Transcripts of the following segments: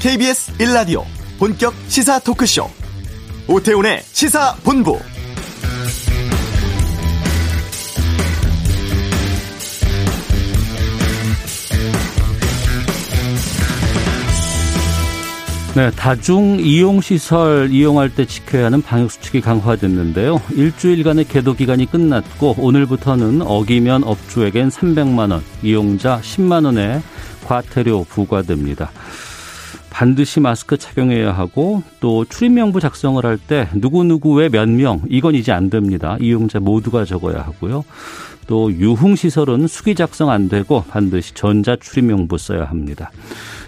KBS 1라디오 본격 시사 토크쇼 오태훈의 시사본부 네, 다중 이용 시설 이용할 때 지켜야 하는 방역 수칙이 강화됐는데요. 일주일간의 계도 기간이 끝났고 오늘부터는 어기면 업주에겐 300만 원, 이용자 10만 원의 과태료 부과됩니다. 반드시 마스크 착용해야 하고 또 출입명부 작성을 할 때 누구누구의 몇 명 이건 이제 안 됩니다. 이용자 모두가 적어야 하고요. 또 유흥 시설은 수기 작성 안 되고 반드시 전자 출입명부 써야 합니다.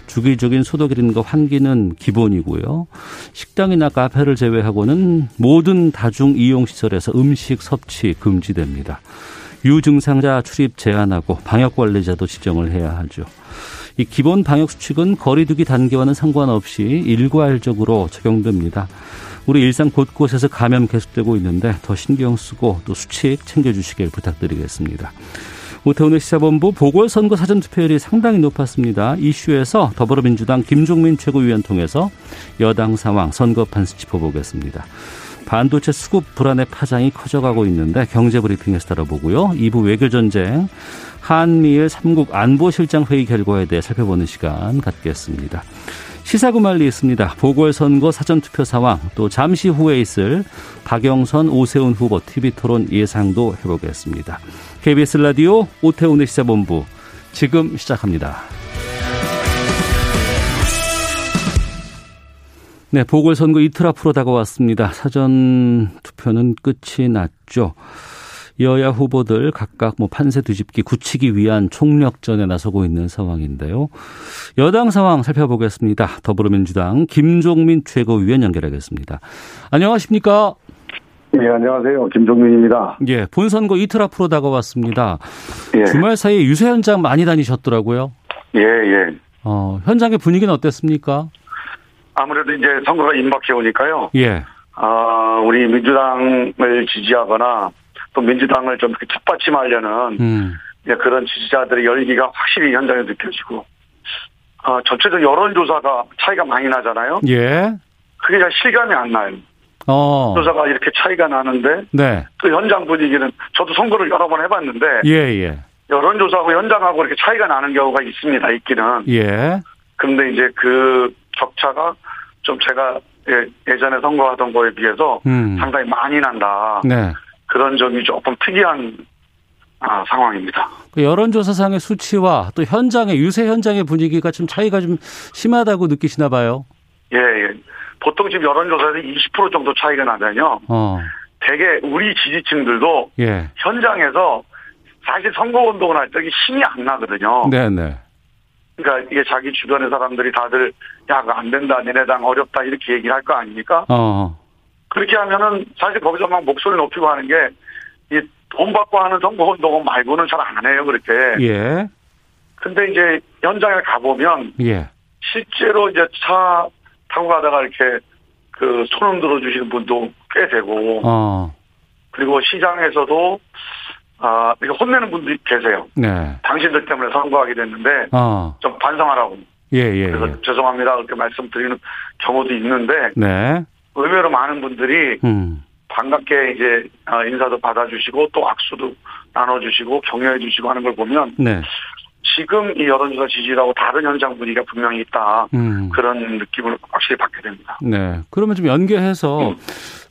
주기적인 소독이라든가 환기는 기본이고요. 식당이나 카페를 제외하고는 모든 다중 이용 시설에서 음식 섭취 금지됩니다. 유증상자 출입 제한하고 방역 관리자도 지정을 해야 하죠. 이 기본 방역 수칙은 거리두기 단계와는 상관없이 일괄적으로 적용됩니다. 우리 일상 곳곳에서 감염 계속되고 있는데 더 신경 쓰고 또 수칙 챙겨주시길 부탁드리겠습니다. 오태훈의 시사본부 보궐선거 사전투표율이 상당히 높았습니다. 이슈에서 더불어민주당 김종민 최고위원 통해서 여당 상황 선거판스 짚어보겠습니다. 반도체 수급 불안의 파장이 커져가고 있는데 경제브리핑에서 다뤄보고요. 2부 외교전쟁, 한미일 3국 안보실장 회의 결과에 대해 살펴보는 시간 갖겠습니다. 시사구말리 있습니다. 보궐선거 사전투표 상황, 또 잠시 후에 있을 박영선, 오세훈 후보 TV토론 예상도 해보겠습니다. KBS 라디오 오태훈의 시사본부 지금 시작합니다. 네, 보궐선거 이틀 앞으로 다가왔습니다. 사전 투표는 끝이 났죠. 여야 후보들 각각 뭐 판세 뒤집기 굳히기 위한 총력전에 나서고 있는 상황인데요. 여당 상황 살펴보겠습니다. 더불어민주당 김종민 최고위원 연결하겠습니다. 안녕하십니까? 예, 안녕하세요. 김종민입니다. 예, 본선거 이틀 앞으로 다가왔습니다. 예, 주말 사이에 유세 현장 많이 다니셨더라고요. 예, 예. 어, 현장의 분위기는 어땠습니까? 아무래도 이제 선거가 임박해 오니까요. 예. 아, 우리 민주당을 지지하거나 또 민주당을 좀 이렇게 뒷받침하려는 음. 이제 그런 지지자들의 열기가 확실히 현장에 느껴지고, 아, 전체적 여론조사가 차이가 많이 나잖아요. 예. 그게 잘 실감이 안 나요. 어. 조사가 이렇게 차이가 나는데 네. 또 현장 분위기는 저도 선거를 여러 번 해봤는데 예, 예. 여론조사하고 현장하고 이렇게 차이가 나는 경우가 있습니다. 있기는. 예. 근데 이제 그 격차가 좀 제가 예- 예전에 선거하던 거에 비해서 음. 상당히 많이 난다. 네. 그런 점이 조금 특이한 아, 상황입니다. 그 여론조사상의 수치와 또 현장의 유세 현장의 분위기가 좀 차이가 좀 심하다고 느끼시나 봐요. 예, 예. 보통 지금 여론조사에서 20% 정도 차이가 나면요. 어, 되게 우리 지지층들도 예, 현장에서 사실 선거운동을 할 때 이게 힘이 안 나거든요. 네, 네, 그러니까 이게 자기 주변의 사람들이 다들 야, 그거 안 된다, 니네 당 어렵다 이렇게 얘기를 할 거 아닙니까? 어, 그렇게 하면은 사실 거기서 막 목소리 높이고 하는 게 이 돈 받고 하는 선거운동 말고는 잘 안 해요, 그렇게. 예, 근데 이제 현장에 가보면 예, 실제로 이제 차 타고 가다가 이렇게 그 손흔 들어주시는 분도 꽤 되고 어, 그리고 시장에서도 아 이렇게 혼내는 분들이 계세요. 네, 당신들 때문에 선거하게 됐는데 어, 좀 반성하라고 예, 예, 그래서 예. 죄송합니다 그렇게 말씀드리는 경우도 있는데 네, 의외로 많은 분들이 음, 반갑게 이제 아, 인사도 받아주시고 또 악수도 나눠주시고 격려해주시고 하는 걸 보면 네, 지금 이 여론조사 지지라고 다른 현장 분위기가 분명히 있다 음. 그런 느낌을 확실히 받게 됩니다. 네. 그러면 좀 연계해서 음.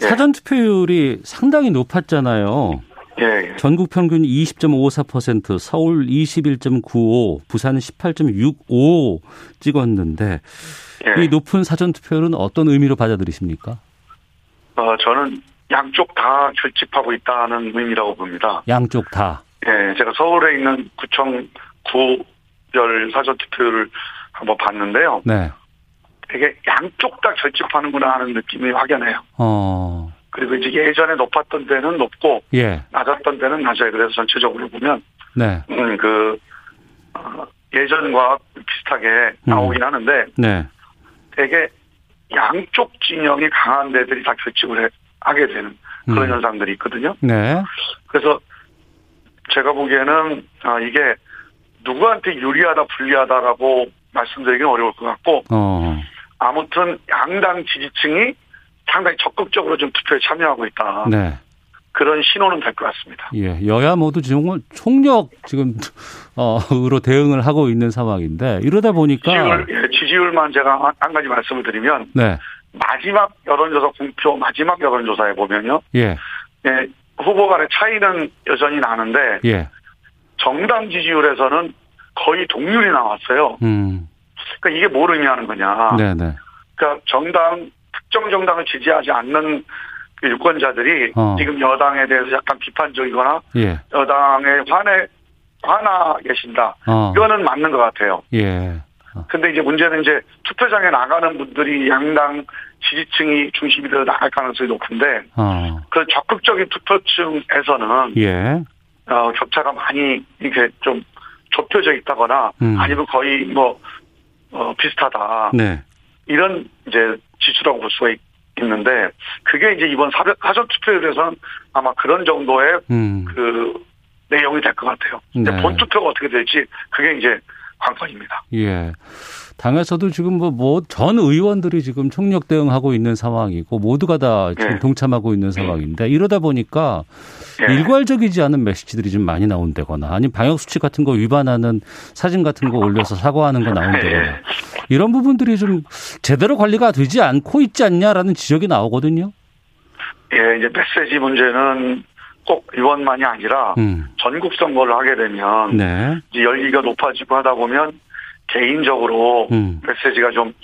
예. 사전 투표율이 상당히 높았잖아요. 예, 예. 전국 평균 20.54%, 서울 21.95, 부산 18.65 찍었는데 예. 이 높은 사전 투표율은 어떤 의미로 받아들이십니까? 어, 저는 양쪽 다 결집하고 있다는 의미라고 봅니다. 양쪽 다. 예, 제가 서울에 있는 구청 구별 사전 투표를 한번 봤는데요. 네. 되게 양쪽 다 결집하는구나 하는 느낌이 확연해요. 어. 그리고 이제 예전에 높았던 데는 높고 예. 낮았던 데는 낮아요. 그래서 전체적으로 보면 네. 음, 그 어, 예전과 음. 비슷하게 나오긴 하는데 네. 되게 양쪽 진영이 강한 데들이 다 결집을 해- 하게 되는 그런 음. 현상들이 있거든요. 네. 그래서 제가 보기에는 아, 이게 누구한테 유리하다 불리하다라고 말씀드리기는 어려울 것 같고 어. 아무튼 양당 지지층이 상당히 적극적으로 좀 투표에 참여하고 있다. 네. 그런 신호는 될 것 같습니다. 예, 여야 모두 지금 총력 지금 어로 대응을 하고 있는 상황인데 이러다 보니까 지지율, 예, 지지율만 제가 한- 한 가지 말씀을 드리면 네, 마지막 여론조사 공표 마지막 여론조사에 보면요. 예, 예, 후보 간의 차이는 여전히 나는데 예, 정당 지지율에서는 거의 동률이 나왔어요. 음, 그러니까 이게 뭘 의미하는 거냐. 네, 네, 그러니까 정당 특정 정당을 지지하지 않는 그 유권자들이 어. 지금 여당에 대해서 약간 비판적이거나 예, 여당에 화내 화나 계신다. 어, 이거는 맞는 것 같아요. 예, 근데 이제 문제는 이제 투표장에 나가는 분들이 양당 지지층이 중심이 되어 나갈 가능성이 높은데 어, 그 적극적인 투표층에서는 예, 어, 격차가 많이 이렇게 좀 좁혀져 있다거나 음. 아니면 거의 뭐 어, 비슷하다 네, 이런 이제 지수라고 볼 수가 있- 있는데 그게 이제 이번 사전 사전 투표에서는 아마 그런 정도의 음, 그 내용이 될 것 같아요. 근데 네. 본 투표가 어떻게 될지 그게 이제 관건입니다. 예. 당에서도 지금 뭐 전 의원들이 지금 총력 대응하고 있는 상황이고 모두가 다 지금 네. 동참하고 있는 상황인데 이러다 보니까 예. 일괄적이지 않은 메시지들이 좀 많이 나온다거나 아니면 방역 수칙 같은 거 위반하는 사진 같은 거 올려서 사과하는 거 나온다거나 예. 이런 부분들이 좀 제대로 관리가 되지 않고 있지 않냐라는 지적이 나오거든요. 예, 이제 메시지 문제는 꼭 이번만이 아니라 음. 전국 선거를 하게 되면 네. 이제 열기가 높아지고 하다 보면 개인적으로 음. 메시지가 좀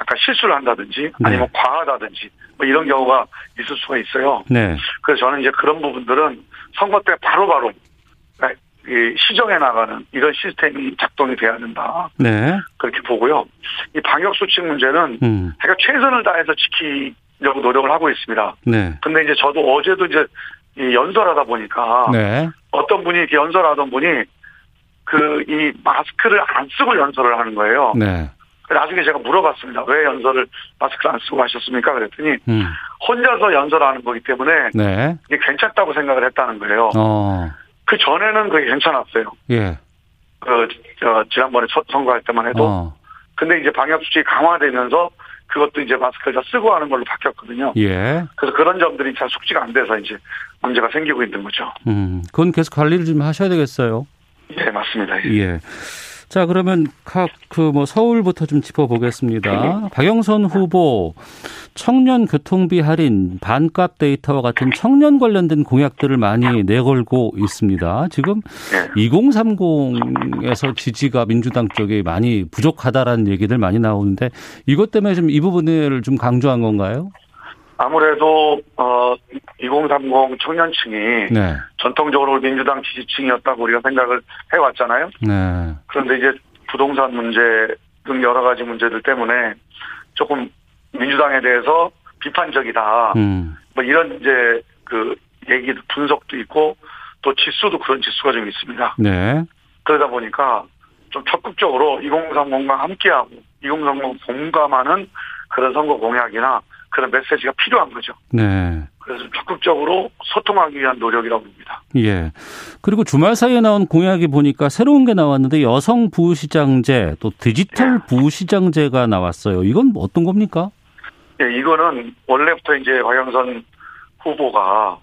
약간 실수를 한다든지 아니면 과하다든지 뭐 이런 경우가 있을 수가 있어요. 네. 그래서 저는 이제 그런 부분들은 선거 때 바로바로 아, 이 시정해 나가는 이런 시스템이 작동이 돼야 된다 네. 그렇게 보고요. 이 방역 수칙 문제는 음. 제가 최선을 다해서 지키려고 노력을 하고 있습니다. 네. 근데 이제 저도 어제도 이제 이 연설하다 보니까 네. 어떤 분이 이렇게 연설하던 분이 그 이 마스크를 안 쓰고 연설을 하는 거예요. 네. 나중에 제가 물어봤습니다. 왜 연설을 마스크를 안 쓰고 하셨습니까? 그랬더니 음. 혼자서 연설하는 거기 때문에 네. 이게 괜찮다고 생각을 했다는 거예요. 어. 그 전에는 그게 괜찮았어요. 예. 그 저, 지난번에 첫 선거할 때만 해도. 어. 근데 이제 방역 수칙이 강화되면서 그것도 이제 마스크를 다 쓰고 하는 걸로 바뀌었거든요. 예. 그래서 그런 점들이 잘 숙지가 안 돼서 이제 문제가 생기고 있는 거죠. 음. 그건 계속 관리를 좀 하셔야 되겠어요. 예, 맞습니다. 예. 예. 자, 그러면 각 그 뭐 서울부터 좀 짚어보겠습니다. 박영선 후보 청년 교통비 할인 반값 데이터와 같은 청년 관련된 공약들을 많이 내걸고 있습니다. 지금 예. 2030에서 지지가 민주당 쪽에 많이 부족하다라는 얘기들 많이 나오는데 이것 때문에 좀 이 부분을 좀 강조한 건가요? 아무래도 어, 2030 청년층이 네. 전통적으로 민주당 지지층이었다고 우리가 생각을 해왔잖아요. 네. 그런데 이제 부동산 문제 등 여러 가지 문제들 때문에 조금 민주당에 대해서 비판적이다. 음. 뭐 이런 이제 그 얘기 분석도 있고 또 지수도 그런 지수가 좀 있습니다. 네. 그러다 보니까 좀 적극적으로 2030과 함께하고 2030 공감하는 그런 선거 공약이나 그런 메시지가 필요한 거죠. 네. 그래서 적극적으로 소통하기 위한 노력이라고 봅니다. 예. 그리고 주말 사이에 나온 공약이 보니까 새로운 게 나왔는데 여성 부시장제 또 디지털 부시장제가 나왔어요. 이건 어떤 겁니까? 예, 이거는 원래부터 이제 박영선 후보가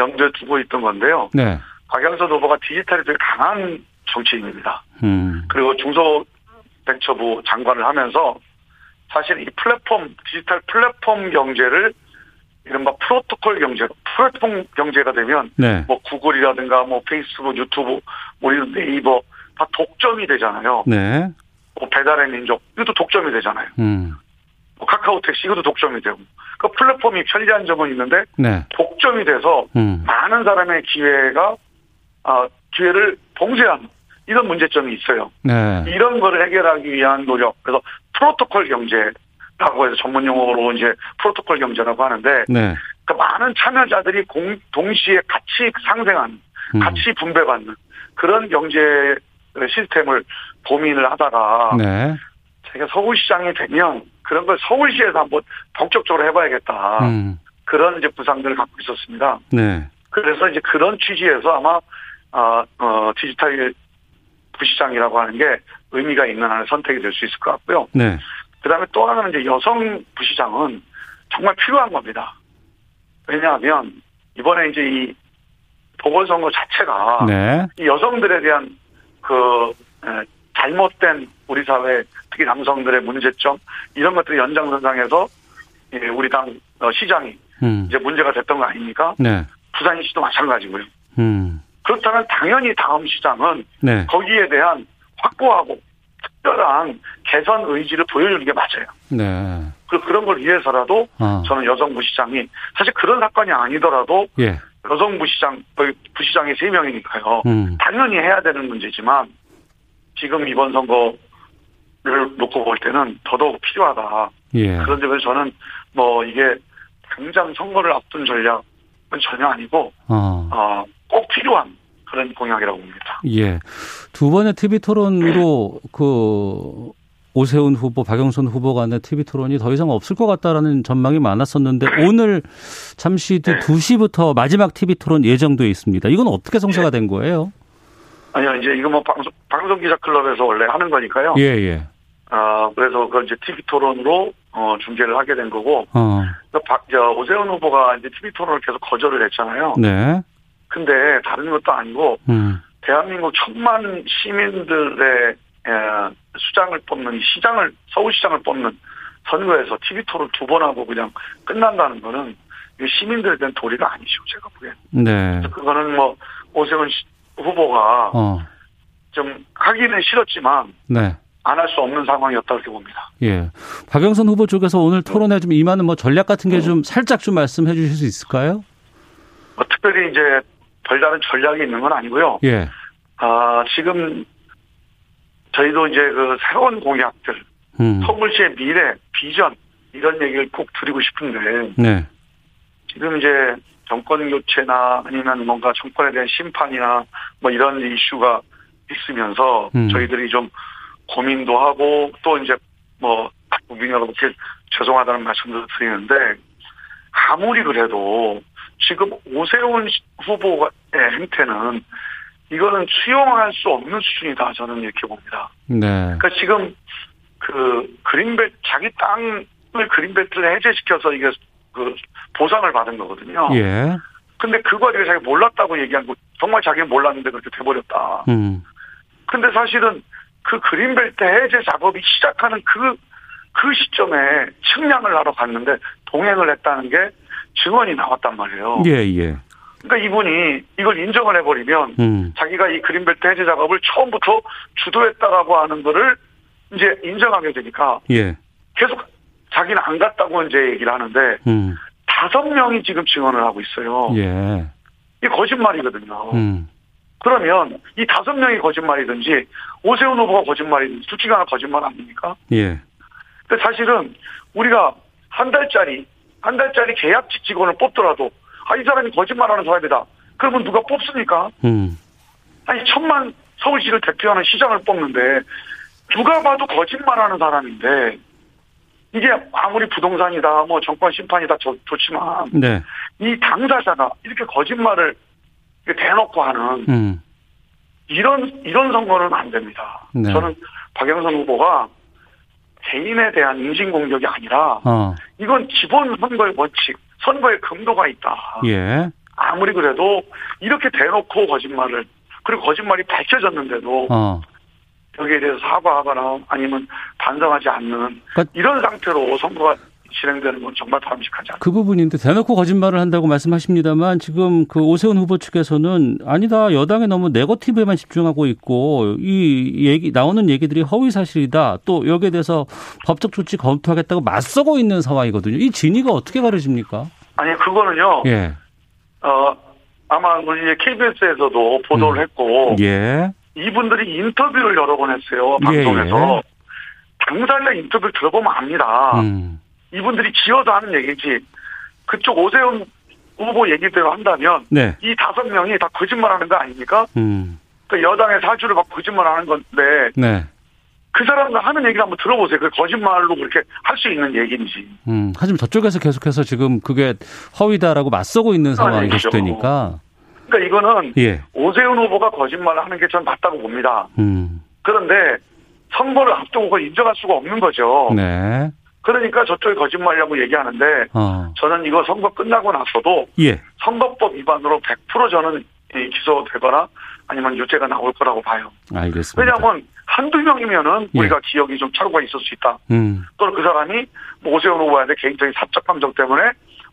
염두에 두고 있던 건데요. 네. 박영선 후보가 디지털이 되게 강한 정치인입니다. 음. 그리고 중소벤처부 장관을 하면서 사실 이 플랫폼, 디지털 플랫폼 경제를 이른바 프로토콜 경제, 플랫폼 경제가 되면 네. 뭐 구글이라든가 뭐 페이스북, 유튜브, 뭐 이런 네이버 다 독점이 되잖아요. 네. 뭐 배달의 민족, 이것도 독점이 되잖아요. 음. 뭐 카카오 택시, 이것도 독점이 되고. 그 플랫폼이 편리한 점은 있는데 네. 독점이 돼서 음. 많은 사람의 기회가, 아, 기회를 봉쇄한 이런 문제점이 있어요. 네. 이런 거를 해결하기 위한 노력. 그래서 프로토콜 경제라고 해서 전문 용어로 이제 프로토콜 경제라고 하는데 네. 그 많은 참여자들이 공, 동시에 같이 상생하는, 음. 같이 분배받는 그런 경제 시스템을 고민을 하다가 네. 제가 서울시장이 되면 그런 걸 서울시에서 한번 본격적으로 해봐야겠다. 음. 그런 이제 부상들을 갖고 있었습니다. 네. 그래서 이제 그런 취지에서 아마 아, 어, 디지털 부시장이라고 하는 게 의미가 있는 하나의 선택이 될 수 있을 것 같고요. 네. 그다음에 또 하나는 이제 여성 부시장은 정말 필요한 겁니다. 왜냐하면 이번에 이제 이 보궐선거 자체가 네. 이 여성들에 대한 그 에, 잘못된 우리 사회 특히 남성들의 문제점 이런 것들이 연장선상에서 예, 우리 당 어, 시장이 음. 이제 문제가 됐던 거 아닙니까? 네. 부산시도 마찬가지고요. 음. 그렇다면 당연히 다음 시장은 네. 거기에 대한 확고하고 특별한 개선 의지를 보여주는 게 맞아요. 네. 그 그런 걸 위해서라도 아. 저는 여성부 시장이 사실 그런 사건이 아니더라도 예. 여성부 시장 거의 부시장이 세 명이니까요. 음. 당연히 해야 되는 문제지만 지금 이번 선거를 놓고 볼 때는 더더욱 필요하다. 예. 그런 점에서 저는 뭐 이게 당장 선거를 앞둔 전략은 전혀 아니고 어. 어, 꼭 필요한 그런 공약이라고 봅니다. 예. 두 번의 TV 토론으로 그 오세훈 후보, 박영선 후보 간의 TV 토론이 더 이상 없을 것 같다라는 전망이 많았었는데 오늘 잠시 뒤 네. 2시부터 마지막 TV 토론 예정돼 있습니다. 이건 어떻게 성사가 된 거예요? 아니요, 이제 이거 뭐 방송, 방송 기자 클럽에서 원래 하는 거니까요. 예, 예. 아, 그래서 그 이제 TV 토론으로 어, 중계를 하게 된 거고, 어. 그 박, 저, 오세훈 후보가 이제 TV 토론을 계속 거절을 했잖아요. 네. 근데 다른 것도 아니고, 음. 대한민국 천만 시민들의 에, 수장을 뽑는 이 시장을, 서울시장을 뽑는 선거에서 TV 토론 두 번 하고 그냥 끝난다는 거는 이 시민들에 대한 도리가 아니죠. 제가 보기엔. 네. 그래서 그거는 뭐, 오세훈 시- 후보가 어. 좀 하기는 싫었지만, 네. 안 할 수 없는 상황이었다고 이렇게 봅니다. 예. 박영선 후보 쪽에서 오늘 토론에 좀 임하는 뭐 전략 같은 게 좀 살짝 좀 말씀해 주실 수 있을까요? 뭐 특별히 이제 별다른 전략이 있는 건 아니고요. 예. 아, 지금 저희도 이제 그 새로운 공약들, 음. 서울시의 미래, 비전, 이런 얘기를 꼭 드리고 싶은데, 네. 지금 이제 정권 교체나 아니면 뭔가 정권에 대한 심판이나 뭐 이런 이슈가 있으면서 음. 저희들이 좀 고민도 하고 또 이제 뭐 국민 여러분께 죄송하다는 말씀도 드리는데 아무리 그래도 지금 오세훈 시- 후보의 행태는 이거는 수용할 수 없는 수준이다 저는 이렇게 봅니다. 네. 그러니까 지금 그 그린벨 자기 땅을 그린벨트를 해제시켜서 이게 그 보상을 받은 거거든요. 예. 근데 그 과정에 자기 몰랐다고 얘기한 거 정말 자기는 몰랐는데 그렇게 돼버렸다. 음. 근데 사실은 그 그린벨트 해제 작업이 시작하는 그, 그 시점에 측량을 하러 갔는데 동행을 했다는 게 증언이 나왔단 말이에요. 예, 예. 그러니까 이분이 이걸 인정을 해버리면 음. 자기가 이 그린벨트 해제 작업을 처음부터 주도했다라고 하는 거를 이제 인정하게 되니까 예. 계속 자기는 안 갔다고 이제 얘기를 하는데 음. 다섯 명이 지금 증언을 하고 있어요. 어. 예. 이게 거짓말이거든요. 음. 그러면 이 다섯 명이 거짓말이든지 오세훈 후보가 거짓말이든지 둘 중에 하나 거짓말 아닙니까? 예. 근데 사실은 우리가 한 달짜리 한 달짜리 계약직 직원을 뽑더라도 아 이 사람이 거짓말하는 사람이다. 그러면 누가 뽑습니까? 음. 아니 천만 서울시를 대표하는 시장을 뽑는데 누가 봐도 거짓말하는 사람인데 이게 아무리 부동산이다 뭐 정권 심판이다 좋, 좋지만 네. 이 당사자가 이렇게 거짓말을 이렇게 대놓고 하는 음. 이런 이런 선거는 안 됩니다. 네. 저는 박영선 후보가 개인에 대한 인신 공격이 아니라 어. 이건 기본 선거의 원칙, 선거의 금도가 있다. 예. 아무리 그래도 이렇게 대놓고 거짓말을 그리고 거짓말이 밝혀졌는데도 어. 여기에 대해서 사과하거나 아니면 반성하지 않는 그 이런 상태로 선거가 진행되는 건 정말 바람직하지 않다. 그 부분인데 대놓고 거짓말을 한다고 말씀하십니다만 지금 그 오세훈 후보 측에서는 아니다 여당이 너무 네거티브에만 집중하고 있고 이 얘기 나오는 얘기들이 허위 사실이다 또 여기에 대해서 법적 조치 검토하겠다고 맞서고 있는 상황이거든요 이 진위가 어떻게 가려집니까? 아니 그거는요. 예, 어 아마 우리 이제 KBS에서도 음. 보도를 했고 예, 이분들이 인터뷰를 여러 번 했어요 예, 방송에서 예. 당사자 인터뷰를 들어보면 압니다 음, 이분들이 지어서 하는 얘기지 그쪽 오세훈 후보 얘기대로 한다면 네, 이 다섯 명이 다 거짓말하는 거 아닙니까? 음, 그 여당의 사주를 막 거짓말하는 건데 네, 그 사람들 하는 얘기를 한번 들어보세요. 그 거짓말로 그렇게 할 수 있는 얘기인지. 음. 하지만 저쪽에서 계속해서 지금 그게 허위다라고 맞서고 있는 상황이 아니죠. 계속되니까 그러니까 이거는 예, 오세훈 후보가 거짓말을 하는 게 전 맞다고 봅니다. 음, 그런데 선거를 앞두고 그걸 인정할 수가 없는 거죠. 네. 그러니까 저쪽이 거짓말이라고 얘기하는데 어. 저는 이거 선거 끝나고 나서도 예. 선거법 위반으로 100% 저는 이 기소되거나 아니면 유죄가 나올 거라고 봐요. 알겠습니다. 왜냐하면 뭐 한두 명이면은 예. 우리가 기억이 좀 착오가 있을 수 있다. 음. 또는 그 사람이 뭐 오세훈 후보한테 개인적인 사적 감정 때문에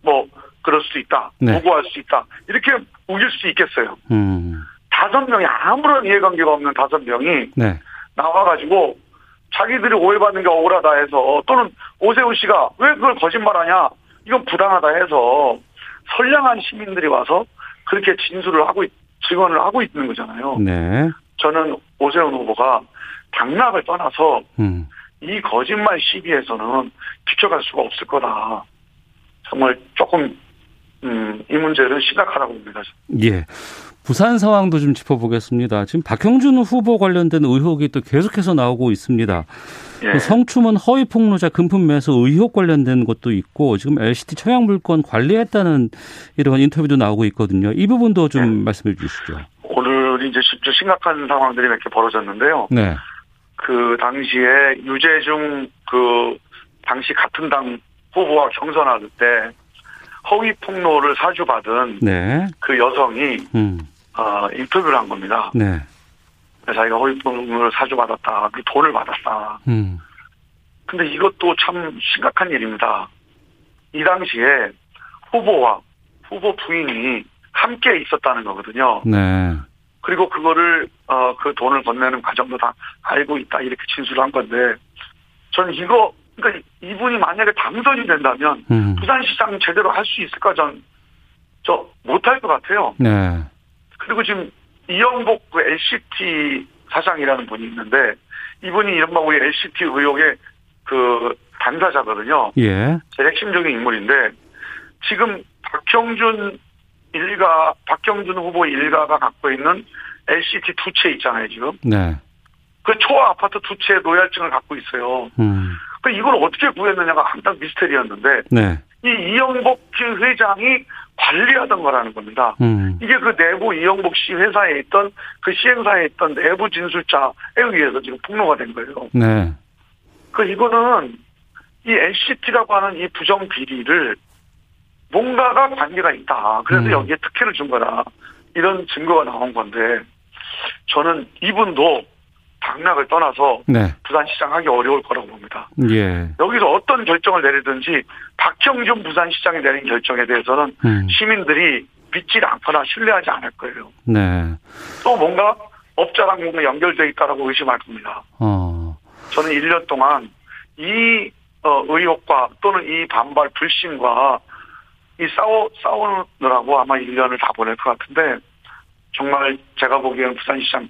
뭐 그럴 수도 있다. 네. 무고할 수 있다. 이렇게 우길 수 있겠어요. 음. 다섯 명이 아무런 이해관계가 없는 다섯 명이 네. 나와가지고 자기들이 오해받는 게 억울하다 해서 또는 오세훈 씨가 왜 그걸 거짓말하냐 이건 부당하다 해서 선량한 시민들이 와서 그렇게 진술을 하고 있- 증언을 하고 있는 거잖아요. 네. 저는 오세훈 후보가 당락을 떠나서 음. 이 거짓말 시비에서는 비켜갈 수가 없을 거다. 정말 조금 음, 이 문제를 심각하다고 봅니다. 예. 부산 상황도 좀 짚어보겠습니다. 지금 박형준 후보 관련된 의혹이 또 계속해서 나오고 있습니다. 그 예. 성추문 허위 폭로자 금품 매수 의혹 관련된 것도 있고 지금 LCT 청약 물건 관리했다는 이런 인터뷰도 나오고 있거든요. 이 부분도 좀 네. 말씀해 주시죠. 오늘 이제 심- 심각한 상황들이 몇 개 벌어졌는데요. 네. 그 당시에 유재중 그 당시 같은 당 후보와 경선할 때 허위 폭로를 사주받은 네. 그 여성이 음. 어, 인터뷰를 한 겁니다. 네. 자기가 허위 폭로를 사주받았다. 그 돈을 받았다. 음. 근데 이것도 참 심각한 일입니다. 이 당시에 후보와 후보 부인이 함께 있었다는 거거든요. 네. 그리고 그거를 어, 그 돈을 건네는 과정도 다 알고 있다 이렇게 진술한 건데 저는 이거 그러니까 이분이 만약에 당선이 된다면 음. 부산시장 제대로 할 수 있을까 전 저 못할 것 같아요. 네. 그리고 지금 이영복 그 LCT 사장이라는 분이 있는데 이분이 이른바 우리 LCT 의혹의 그 당사자거든요. 예. 제 핵심적인 인물인데 지금 박형준 일가 박형준 후보 일가가 갖고 있는 LCT 두 채 있잖아요 지금 네. 그 초아 아파트 두 채 노열증을 갖고 있어요. 음. 그 이걸 어떻게 구했느냐가 항상 미스터리였는데 네. 이 이영복 씨 회장이 관리하던 거라는 겁니다. 음. 이게 그 내부 이영복 씨 회사에 있던 그 시행사에 있던 내부 진술자에 의해서 지금 폭로가 된 거예요. 네. 그 이거는 이 NCT라고 하는 이 부정 비리를 뭔가가 관계가 있다. 그래서 음. 여기에 특혜를 준 거다. 이런 증거가 나온 건데 저는 이분도 당락을 떠나서 네. 부산시장 하기 어려울 거라고 봅니다. 예. 여기서 어떤 결정을 내리든지 박형준 부산시장이 내린 결정에 대해서는 음. 시민들이 믿지 않거나 신뢰하지 않을 거예요. 네. 또 뭔가 업자랑 뭔가 연결돼 있다라고 의심할 겁니다. 어. 저는 1년 동안 이 어, 의혹과 또는 이 반발 불신과 이 싸워 싸우느라고 아마 1년을 다 보낼 것 같은데 정말 제가 보기에는 부산시장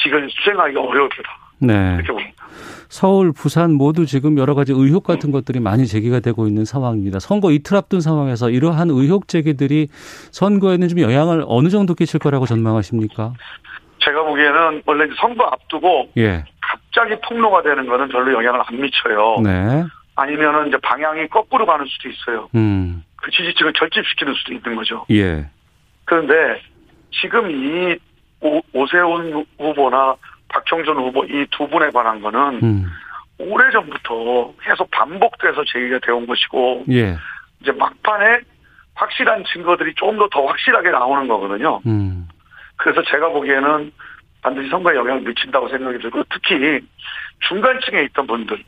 지금 수행하기 어려울 거다 네. 이렇게 봅니다. 서울, 부산 모두 지금 여러 가지 의혹 같은 것들이 많이 제기가 되고 있는 상황입니다. 선거 이틀 앞둔 상황에서 이러한 의혹 제기들이 선거에는 좀 영향을 어느 정도 끼칠 거라고 전망하십니까? 제가 보기에는 원래 이제 선거 앞두고 예. 갑자기 폭로가 되는 거는 별로 영향을 안 미쳐요. 네. 아니면은 이제 방향이 거꾸로 가는 수도 있어요. 음. 그 지지층을 결집시키는 수도 있는 거죠. 예. 그런데 지금 이 오- 오세훈 후보나 박형준 후보 이 두 분에 관한 거는 음. 오래전부터 계속 반복돼서 제기가 되어온 것이고 예. 이제 막판에 확실한 증거들이 조금 더 더 확실하게 나오는 거거든요. 음. 그래서 제가 보기에는 반드시 선거에 영향을 미친다고 생각이 들고 특히 중간층에 있던 분들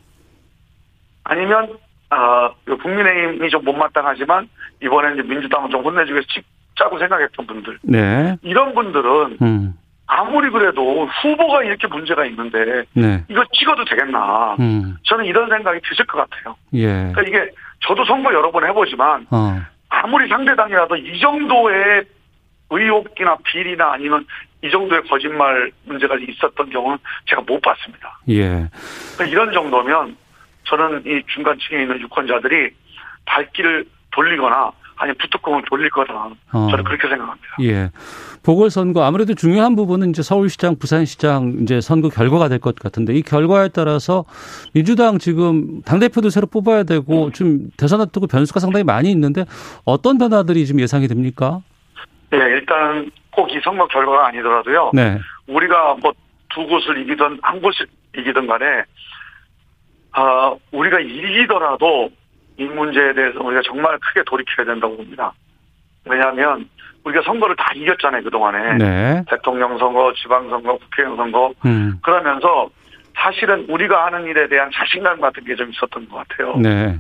아니면 아, 그 국민의힘이 좀 못마땅하지만 이번에는 이제 민주당은 좀 혼내주기 위해서 찍자고 생각했던 분들 네. 이런 분들은 음. 아무리 그래도 후보가 이렇게 문제가 있는데 네. 이거 찍어도 되겠나. 음. 저는 이런 생각이 드실 것 같아요. 예. 그러니까 이게 저도 선거 여러 번 해보지만 어. 아무리 상대당이라도 이 정도의 의혹이나 비리나 아니면 이 정도의 거짓말 문제가 있었던 경우는 제가 못 봤습니다. 예. 그러니까 이런 정도면 저는 이 중간층에 있는 유권자들이 발길을 돌리거나 아니면 부뚜껑을 돌릴 거다. 어. 저는 그렇게 생각합니다. 예. 보궐선거 아무래도 중요한 부분은 이제 서울시장, 부산시장 이제 선거 결과가 될 것 같은데 이 결과에 따라서 민주당 지금 당대표도 새로 뽑아야 되고 좀 대선 앞두고 변수가 상당히 많이 있는데 어떤 변화들이 지금 예상이 됩니까? 예, 일단 꼭 이 선거 결과가 아니더라도요. 네. 우리가 뭐 두 곳을 이기던 한 곳을 이기든 간에 아 우리가 이기더라도 이 문제에 대해서 우리가 정말 크게 돌이켜야 된다고 봅니다. 왜냐하면 우리가 선거를 다 이겼잖아요 그 동안에 네. 대통령 선거, 지방 선거, 국회의원 선거 음. 그러면서 사실은 우리가 하는 일에 대한 자신감 같은 게 좀 있었던 것 같아요. 네.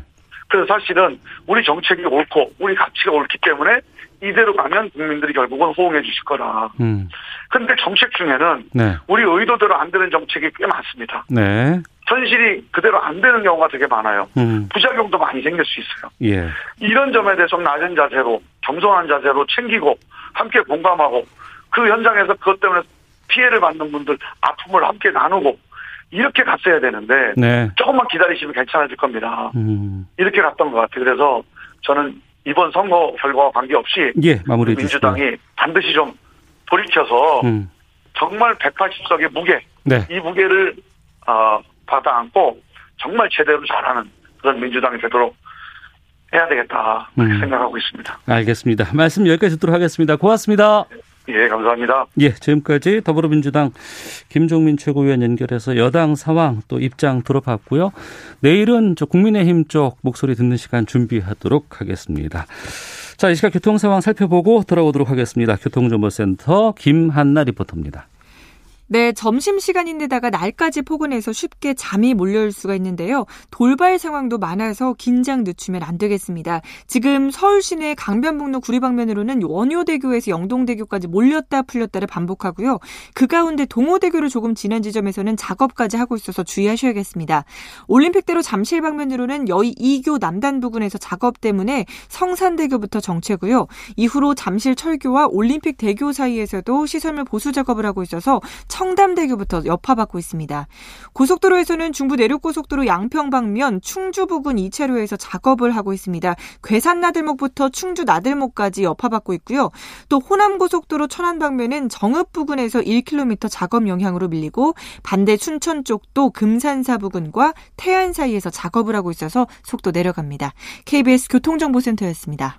그래서 사실은 우리 정책이 옳고 우리 가치가 옳기 때문에 이대로 가면 국민들이 결국은 호응해 주실 거라. 음. 근데 정책 중에는 네. 우리 의도대로 안 되는 정책이 꽤 많습니다. 네. 현실이 그대로 안 되는 경우가 되게 많아요. 음. 부작용도 많이 생길 수 있어요. 예. 이런 점에 대해서 낮은 자세로 겸손한 자세로 챙기고 함께 공감하고 그 현장에서 그것 때문에 피해를 받는 분들 아픔을 함께 나누고 이렇게 갔어야 되는데 네. 조금만 기다리시면 괜찮아질 겁니다. 음. 이렇게 갔던 것 같아요. 그래서 저는 이번 선거 결과와 관계없이 예, 마무리해 주시죠. 민주당이 반드시 좀 돌이켜서 음. 정말 180석의 무게 네. 이 무게를 어, 받아안고 정말 제대로 잘하는 그런 민주당이 되도록 해야 되겠다 그렇게 음. 생각하고 있습니다. 알겠습니다. 말씀 여기까지 듣도록 하겠습니다. 고맙습니다. 예, 감사합니다. 예, 지금까지 더불어민주당 김종민 최고위원 연결해서 여당 상황 또 입장 들어봤고요. 내일은 저 국민의힘 쪽 목소리 듣는 시간 준비하도록 하겠습니다. 자, 이 시각 교통 상황 살펴보고 돌아오도록 하겠습니다. 교통정보센터 김한나 리포터입니다. 네, 점심시간인데다가 날까지 포근해서 쉽게 잠이 몰려올 수가 있는데요. 돌발 상황도 많아서 긴장 늦추면 안 되겠습니다. 지금 서울 시내 강변북로 구리방면으로는 원효대교에서 영동대교까지 몰렸다 풀렸다를 반복하고요. 그 가운데 동호대교를 조금 지난 지점에서는 작업까지 하고 있어서 주의하셔야겠습니다. 올림픽대로 잠실 방면으로는 여의 2교 남단 부근에서 작업 때문에 성산대교부터 정체고요. 이후로 잠실 철교와 올림픽 대교 사이에서도 시설물 보수 작업을 하고 있어서 청담대교부터 여파받고 있습니다. 고속도로에서는 중부 내륙고속도로 양평 방면 충주 부근 2차로에서 작업을 하고 있습니다. 괴산 나들목부터 충주 나들목까지 여파받고 있고요. 또 호남고속도로 천안 방면은 정읍 부근에서 1km 작업 영향으로 밀리고 반대 순천 쪽도 금산사 부근과 태안 사이에서 작업을 하고 있어서 속도 내려갑니다. KBS 교통정보센터였습니다.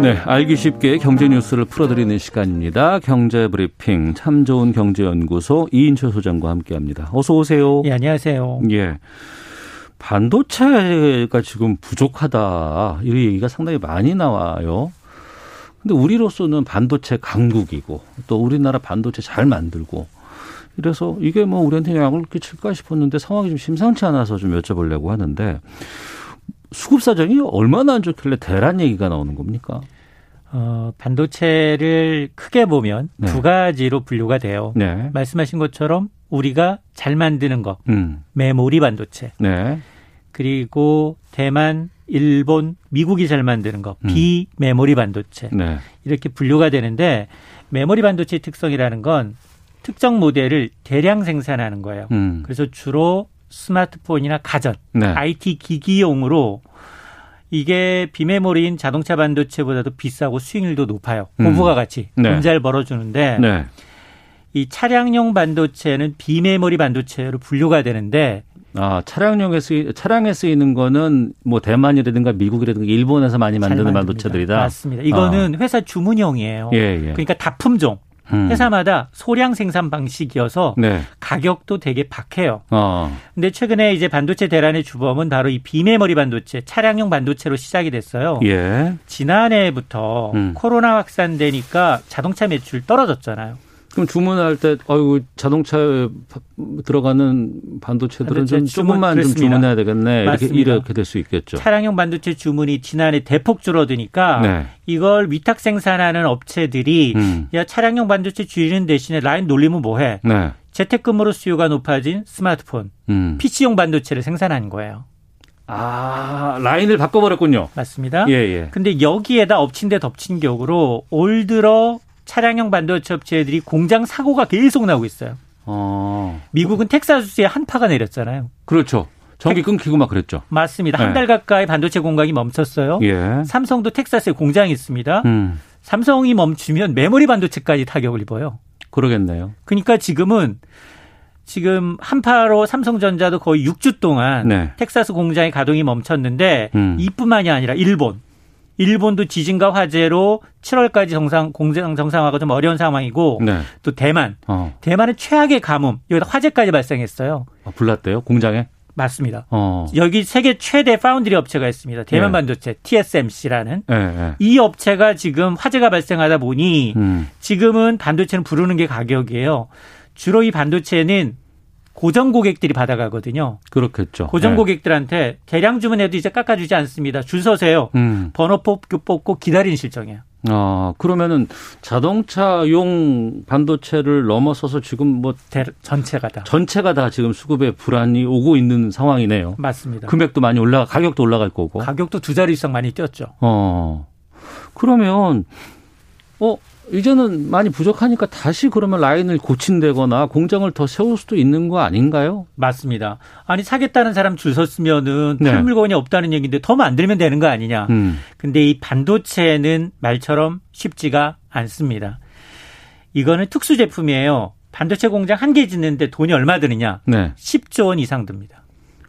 네, 알기 쉽게 경제 뉴스를 풀어드리는 시간입니다. 경제 브리핑 참 좋은 경제연구소 이인철 소장과 함께합니다. 어서 오세요. 예, 안녕하세요. 예. 반도체가 지금 부족하다. 이 얘기가 상당히 많이 나와요. 근데 우리로서는 반도체 강국이고 또 우리나라 반도체 잘 만들고 이래서 이게 뭐 우리한테 영향을 끼칠까 싶었는데 상황이 좀 심상치 않아서 좀 여쭤보려고 하는데 수급 사정이 얼마나 안 좋길래 대란 얘기가 나오는 겁니까? 어, 반도체를 크게 보면 네. 두 가지로 분류가 돼요. 네. 말씀하신 것처럼 우리가 잘 만드는 것, 음. 메모리 반도체, 네. 그리고 대만, 일본, 미국이 잘 만드는 것, 음. 비메모리 반도체 네. 이렇게 분류가 되는데 메모리 반도체의 특성이라는 건 특정 모델을 대량 생산하는 거예요. 음. 그래서 주로 스마트폰이나 가전 네. IT 기기용으로 이게 비메모리인 자동차 반도체보다도 비싸고 수익률도 높아요. 음. 고부가 같이 네. 돈 잘 벌어주는데 네. 이 차량용 반도체는 비메모리 반도체로 분류가 되는데 아, 차량용에 쓰이, 차량에 쓰이는 거는 뭐 대만이라든가 미국이라든가 일본에서 많이 잘 만드는 만듭니다. 반도체들이다. 맞습니다. 이거는 회사 주문형이에요. 아. 예, 예. 그러니까 다품종 음. 회사마다 소량 생산 방식이어서 네. 가격도 되게 박해요. 어. 근데 최근에 이제 반도체 대란의 주범은 바로 이 비메모리 반도체, 차량용 반도체로 시작이 됐어요. 예. 지난해부터 음. 코로나 확산되니까 자동차 매출 떨어졌잖아요. 그럼 주문할 때 아이고 자동차에 바- 들어가는 반도체들은 반도체 좀 주문, 조금만 좀 그렇습니다. 주문해야 되겠네. 이렇게 맞습니다. 이렇게 될 수 있겠죠. 차량용 반도체 주문이 지난해 대폭 줄어드니까 그렇죠. 네. 이걸 위탁 생산하는 업체들이 음. 야 차량용 반도체 줄이는 대신에 라인 놀리면 뭐해? 네. 재택근무로 수요가 높아진 스마트폰, 음. PC용 반도체를 생산한 거예요. 아, 라인을 바꿔 버렸군요. 맞습니다. 예, 예. 근데 여기에다 엎친 데 덮친 격으로 올 들어 차량용 반도체 업체들이 공장 사고가 계속 나오고 있어요. 어, 미국은 텍사스에 한파가 내렸잖아요. 그렇죠. 전기 끊기고 막 그랬죠. 맞습니다. 한 네. 달 가까이 반도체 공장이 멈췄어요. 예. 삼성도 텍사스에 공장이 있습니다. 음, 삼성이 멈추면 메모리 반도체까지 타격을 입어요. 그러겠네요. 그러니까 지금은 지금 한파로 삼성전자도 거의 6주 동안 네. 텍사스 공장의 가동이 멈췄는데 음. 이뿐만이 아니라 일본. 일본도 지진과 화재로 7월까지 정상 공장 정상화가 좀 어려운 상황이고 네. 또 대만. 어, 대만은 최악의 가뭄. 여기다 화재까지 발생했어요. 아, 불났대요 공장에. 맞습니다. 어, 여기 세계 최대 파운드리 업체가 있습니다. 대만 네. 반도체 TSMC라는 예, 예. 이 업체가 지금 화재가 발생하다 보니 음, 지금은 반도체는 부르는 게 가격이에요. 주로 이 반도체는 고정 고객들이 받아가거든요. 그렇겠죠. 고정 예. 고객들한테 대량 주문해도 이제 깎아주지 않습니다. 줄 서세요. 음, 번호 뽑고, 뽑고 기다리는 실정이에요. 아 그러면은 자동차용 반도체를 넘어서서 지금 뭐 대- 전체가 다. 전체가 다 지금 수급에 불안이 오고 있는 상황이네요. 맞습니다. 금액도 많이 올라가, 가격도 올라갈 거고. 가격도 두 자리 이상 많이 뛰었죠. 어. 그러면, 어, 이제는 많이 부족하니까 다시 그러면 라인을 고친다거나 공장을 더 세울 수도 있는 거 아닌가요? 맞습니다. 아니 사겠다는 사람 줄 섰으면은 네. 풀 물건이 없다는 얘기인데 더 만들면 되는 거 아니냐. 음. 근데 이 반도체는 말처럼 쉽지가 않습니다. 이거는 특수 제품이에요. 반도체 공장 한 개 짓는데 돈이 얼마 드느냐? 네. 10조 원 이상 듭니다.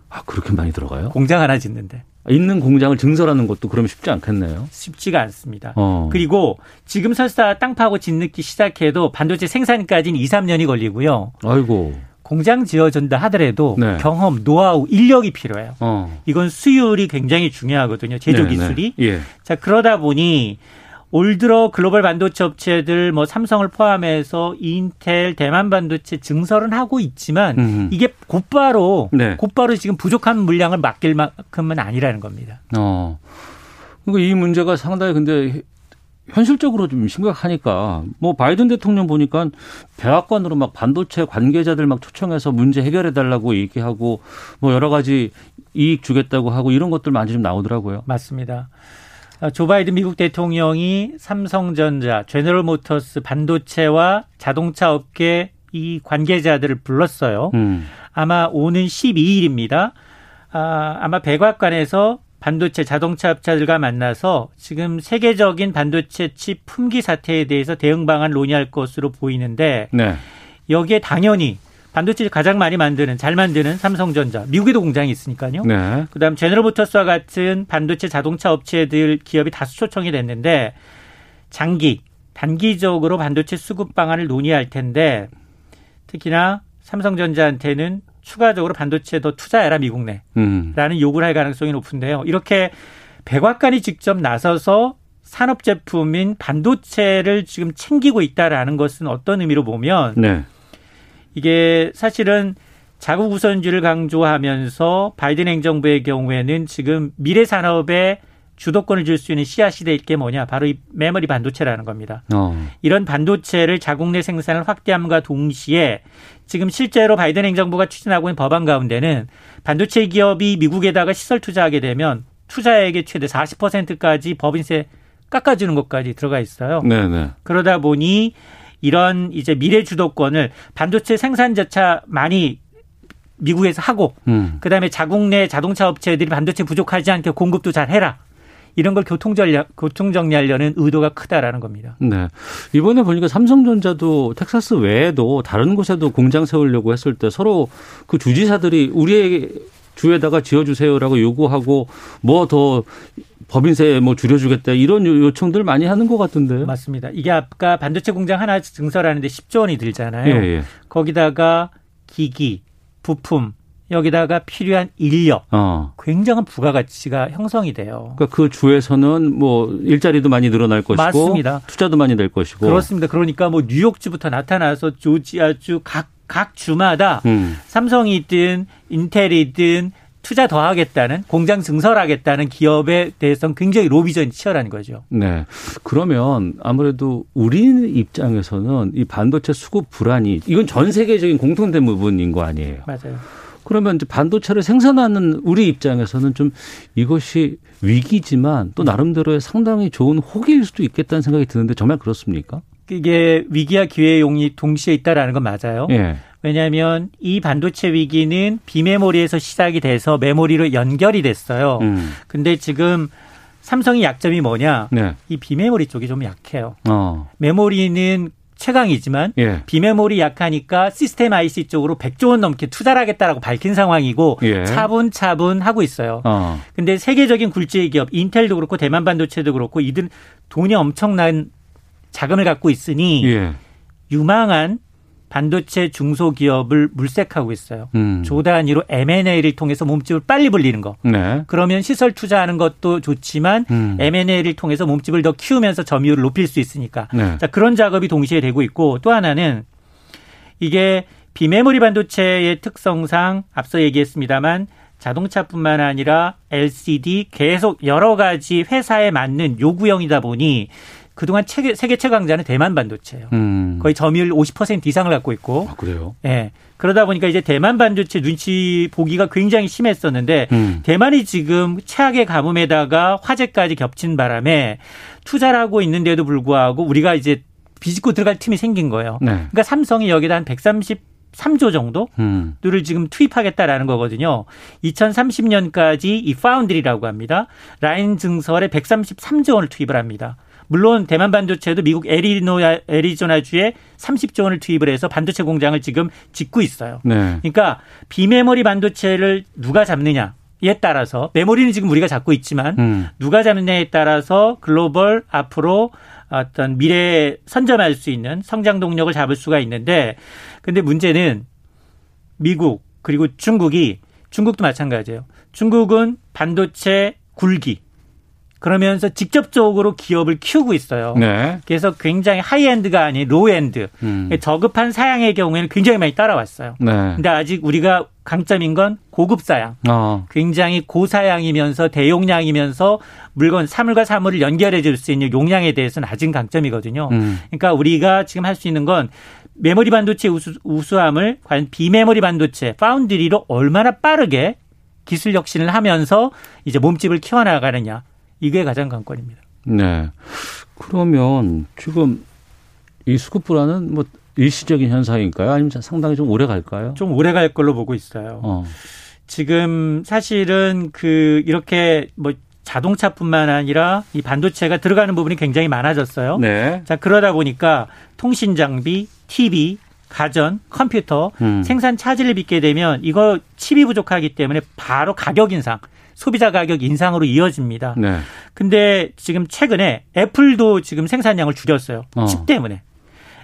아, 그렇게 많이 들어가요? 공장 하나 짓는데 있는 공장을 증설하는 것도 그럼 쉽지 않겠네요. 쉽지가 않습니다. 어. 그리고 지금 설사 땅 파고 짓기 시작해도 반도체 생산까지는 2, 3년이 걸리고요. 아이고. 공장 지어준다 하더라도 네. 경험, 노하우, 인력이 필요해요. 어. 이건 수율이 굉장히 중요하거든요. 네, 제조 네. 기술이. 예. 자, 그러다 보니 올 들어 글로벌 반도체 업체들 뭐 삼성을 포함해서 인텔, 대만 반도체 증설은 하고 있지만 음. 이게 곧바로 네. 곧바로 지금 부족한 물량을 맡길 만큼은 아니라는 겁니다. 어. 그러니까 이 문제가 상당히 근데 현실적으로 좀 심각하니까 뭐 바이든 대통령 보니까 백악관으로 막 반도체 관계자들 막 초청해서 문제 해결해 달라고 얘기하고 뭐 여러 가지 이익 주겠다고 하고 이런 것들 많이 좀 나오더라고요. 맞습니다. 어, 조 바이든 미국 대통령이 삼성전자, 제너럴 모터스 반도체와 자동차 업계 이 관계자들을 불렀어요. 음. 아마 오는 12일입니다. 아, 아마 백악관에서 반도체 자동차 업체들과 만나서 지금 세계적인 반도체 칩 품귀 사태에 대해서 대응 방안 논의할 것으로 보이는데 네. 여기에 당연히 반도체를 가장 많이 만드는 잘 만드는 삼성전자 미국에도 공장이 있으니까요. 네. 그다음 제너럴 모터스와 같은 반도체 자동차 업체들 기업이 다수 초청이 됐는데 장기 단기적으로 반도체 수급 방안을 논의할 텐데 특히나 삼성전자한테는 추가적으로 반도체 더 투자해라 미국 음. 내라는 요구를 할 가능성이 높은데요. 이렇게 백악관이 직접 나서서 산업 제품인 반도체를 지금 챙기고 있다라는 것은 어떤 의미로 보면 네. 이게 사실은 자국 우선주의를 강조하면서 바이든 행정부의 경우에는 지금 미래 산업에 주도권을 줄 수 있는 씨앗이 될 게 뭐냐 바로 이 메모리 반도체라는 겁니다. 어. 이런 반도체를 자국 내 생산을 확대함과 동시에 지금 실제로 바이든 행정부가 추진하고 있는 법안 가운데는 반도체 기업이 미국에다가 시설 투자하게 되면 투자액의 최대 40%까지 법인세 깎아주는 것까지 들어가 있어요. 네, 네. 그러다 보니 이런 이제 미래 주도권을 반도체 생산 자차 많이 미국에서 하고 음. 그다음에 자국 내 자동차 업체들이 반도체 부족하지 않게 공급도 잘 해라. 이런 걸 교통 전략 교통 정리하려는 의도가 크다라는 겁니다. 네. 이번에 보니까 삼성전자도 텍사스 외에도 다른 곳에도 공장 세우려고 했을 때 서로 그 주지사들이 우리의 주에다가 지어주세요라고 요구하고 뭐 더 법인세 뭐 줄여주겠다 이런 요- 요청들 많이 하는 것 같은데요. 맞습니다. 이게 아까 반도체 공장 하나 증설하는데 10조 원이 들잖아요. 예, 예. 거기다가 기기, 부품, 여기다가 필요한 인력 어. 굉장한 부가가치가 형성이 돼요. 그러니까 그 주에서는 뭐 일자리도 많이 늘어날 것이고 맞습니다. 투자도 많이 될 것이고. 그렇습니다. 그러니까 뭐 뉴욕주부터 나타나서 조지아주 각, 각 주마다 음. 삼성이든 인텔이든 투자 더 하겠다는 공장 증설하겠다는 기업에 대해서는 굉장히 로비전이 치열한 거죠. 네. 그러면 아무래도 우리 입장에서는 이 반도체 수급 불안이 이건 전 세계적인 공통된 부분인 거 아니에요. 맞아요. 그러면 이제 반도체를 생산하는 우리 입장에서는 좀 이것이 위기지만 또 나름대로의 상당히 좋은 호기일 수도 있겠다는 생각이 드는데 정말 그렇습니까? 이게 위기와 기회의 용이 동시에 있다라는 건 맞아요. 예. 왜냐하면 이 반도체 위기는 비메모리에서 시작이 돼서 메모리로 연결이 됐어요. 음. 근데 지금 삼성의 약점이 뭐냐? 네. 이 비메모리 쪽이 좀 약해요. 어. 메모리는 최강이지만 예. 비메모리 약하니까 시스템 IC 쪽으로 100조 원 넘게 투자를 하겠다라고 밝힌 상황이고 예. 차분차분 하고 있어요. 어. 근데 세계적인 굴지의 기업 인텔도 그렇고 대만 반도체도 그렇고 이들 돈이 엄청난 자금을 갖고 있으니 예. 유망한 반도체 중소기업을 물색하고 있어요. 음. 조 단위로 M&A를 통해서 몸집을 빨리 불리는 거. 네. 그러면 시설 투자하는 것도 좋지만 음. M&A를 통해서 몸집을 더 키우면서 점유율을 높일 수 있으니까. 네. 자, 그런 작업이 동시에 되고 있고 또 하나는 이게 비메모리 반도체의 특성상 앞서 얘기했습니다만 자동차뿐만 아니라 LCD 계속 여러 가지 회사에 맞는 요구형이다 보니 그동안 체계- 세계 최강자는 대만 반도체예요. 음. 거의 점유율 50% 이상을 갖고 있고 아, 그래요? 예. 그러다 보니까 이제 대만 반도체 눈치 보기가 굉장히 심했었는데 음. 대만이 지금 최악의 가뭄에다가 화재까지 겹친 바람에 투자를 하고 있는데도 불구하고 우리가 이제 비집고 들어갈 틈이 생긴 거예요. 네. 그러니까 삼성이 여기다 한 133조 정도 음. 를 지금 투입하겠다라는 거거든요. 2030년까지 이 파운드리라고 합니다. 라인 증설에 133조 원을 투입을 합니다. 물론 대만 반도체도 미국 애리노 애리조나주에 30조 원을 투입을 해서 반도체 공장을 지금 짓고 있어요. 네. 그러니까 비메모리 반도체를 누가 잡느냐에 따라서 메모리는 지금 우리가 잡고 있지만 음. 누가 잡느냐에 따라서 글로벌 앞으로 어떤 미래에 선점할 수 있는 성장 동력을 잡을 수가 있는데 근데 문제는 미국 그리고 중국이 중국도 마찬가지예요. 중국은 반도체 굴기 그러면서 직접적으로 기업을 키우고 있어요. 네. 그래서 굉장히 하이엔드가 아닌 로우엔드 그 음. 저급한 사양의 경우에는 굉장히 많이 따라왔어요. 네. 근데 아직 우리가 강점인 건 고급 사양. 어. 굉장히 고사양이면서 대용량이면서 물건 사물과 사물을 연결해 줄 수 있는 용량에 대해서는 아직 강점이거든요. 음. 그러니까 우리가 지금 할 수 있는 건 메모리 반도체 우수, 우수함을 과연 비메모리 반도체 파운드리로 얼마나 빠르게 기술 혁신을 하면서 이제 몸집을 키워나가느냐 이게 가장 관건입니다. 네. 그러면 지금 이 수급 불안은 뭐 일시적인 현상일까요? 아니면 상당히 좀 오래 갈까요? 좀 오래 갈 걸로 보고 있어요. 어. 지금 사실은 그 이렇게 뭐 자동차뿐만 아니라 이 반도체가 들어가는 부분이 굉장히 많아졌어요. 네. 자 그러다 보니까 통신 장비, TV, 가전, 컴퓨터 음. 생산 차질을 빚게 되면 이거 칩이 부족하기 때문에 바로 가격 인상, 소비자 가격 인상으로 이어집니다. 네. 근데 지금 최근에 애플도 지금 생산량을 줄였어요. 어. 칩 때문에.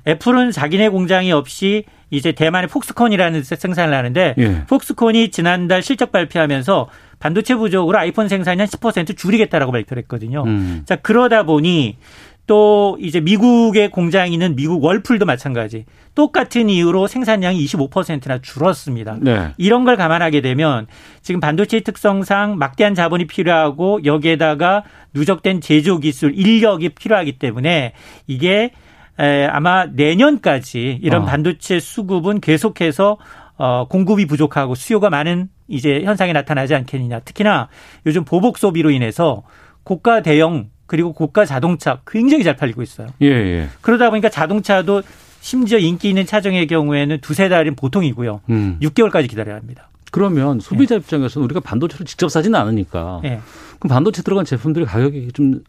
애플은 자기네 공장이 없이 이제 대만의 폭스콘이라는 데서 생산을 하는데 예. 폭스콘이 지난달 실적 발표하면서 반도체 부족으로 아이폰 생산량 10% 줄이겠다라고 발표를 했거든요. 음. 자, 그러다 보니 또 이제 미국의 공장이 있는 미국 월풀도 마찬가지. 똑같은 이유로 생산량이 25%나 줄었습니다. 네. 이런 걸 감안하게 되면 지금 반도체 특성상 막대한 자본이 필요하고 여기에다가 누적된 제조 기술 인력이 필요하기 때문에 이게 에, 아마 내년까지 이런 어. 반도체 수급은 계속해서 어, 공급이 부족하고 수요가 많은 이제 현상이 나타나지 않겠느냐. 특히나 요즘 보복 소비로 인해서 고가 대형 그리고 고가 자동차 굉장히 잘 팔리고 있어요. 예, 예. 그러다 보니까 자동차도 심지어 인기 있는 차종의 경우에는 두세 달은 보통이고요. 음. 6개월까지 기다려야 합니다. 그러면 네. 소비자 입장에서는 우리가 반도체를 직접 사지는 않으니까 예, 그럼 반도체 들어간 제품들의 가격이 좀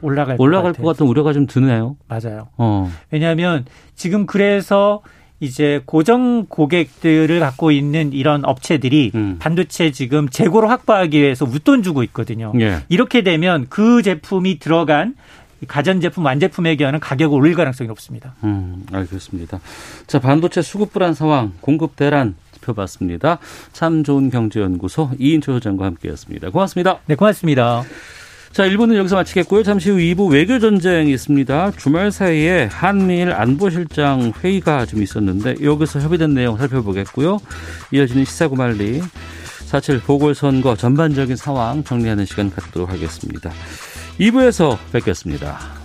올라갈 올라갈 것 것 같아요. 같은 우려가 좀 드네요. 맞아요. 어. 왜냐하면 지금 그래서 이제 고정 고객들을 갖고 있는 이런 업체들이 음. 반도체 지금 재고를 확보하기 위해서 웃돈 주고 있거든요. 예. 이렇게 되면 그 제품이 들어간 가전 제품 완제품에 경우는 가격을 올릴 가능성이 높습니다. 음, 알겠습니다. 자, 반도체 수급 불안 상황, 공급 대란 짚어봤습니다. 참 좋은 경제연구소 이인초 소장과 함께했습니다. 고맙습니다. 네, 고맙습니다. 자, 1부는 여기서 마치겠고요. 잠시 후 2부 외교 전쟁이 있습니다. 주말 사이에 한미일 안보실장 회의가 좀 있었는데 여기서 협의된 내용 살펴보겠고요. 이어지는 시사구말리 4.7 보궐선거 전반적인 상황 정리하는 시간 갖도록 하겠습니다. 2부에서 뵙겠습니다.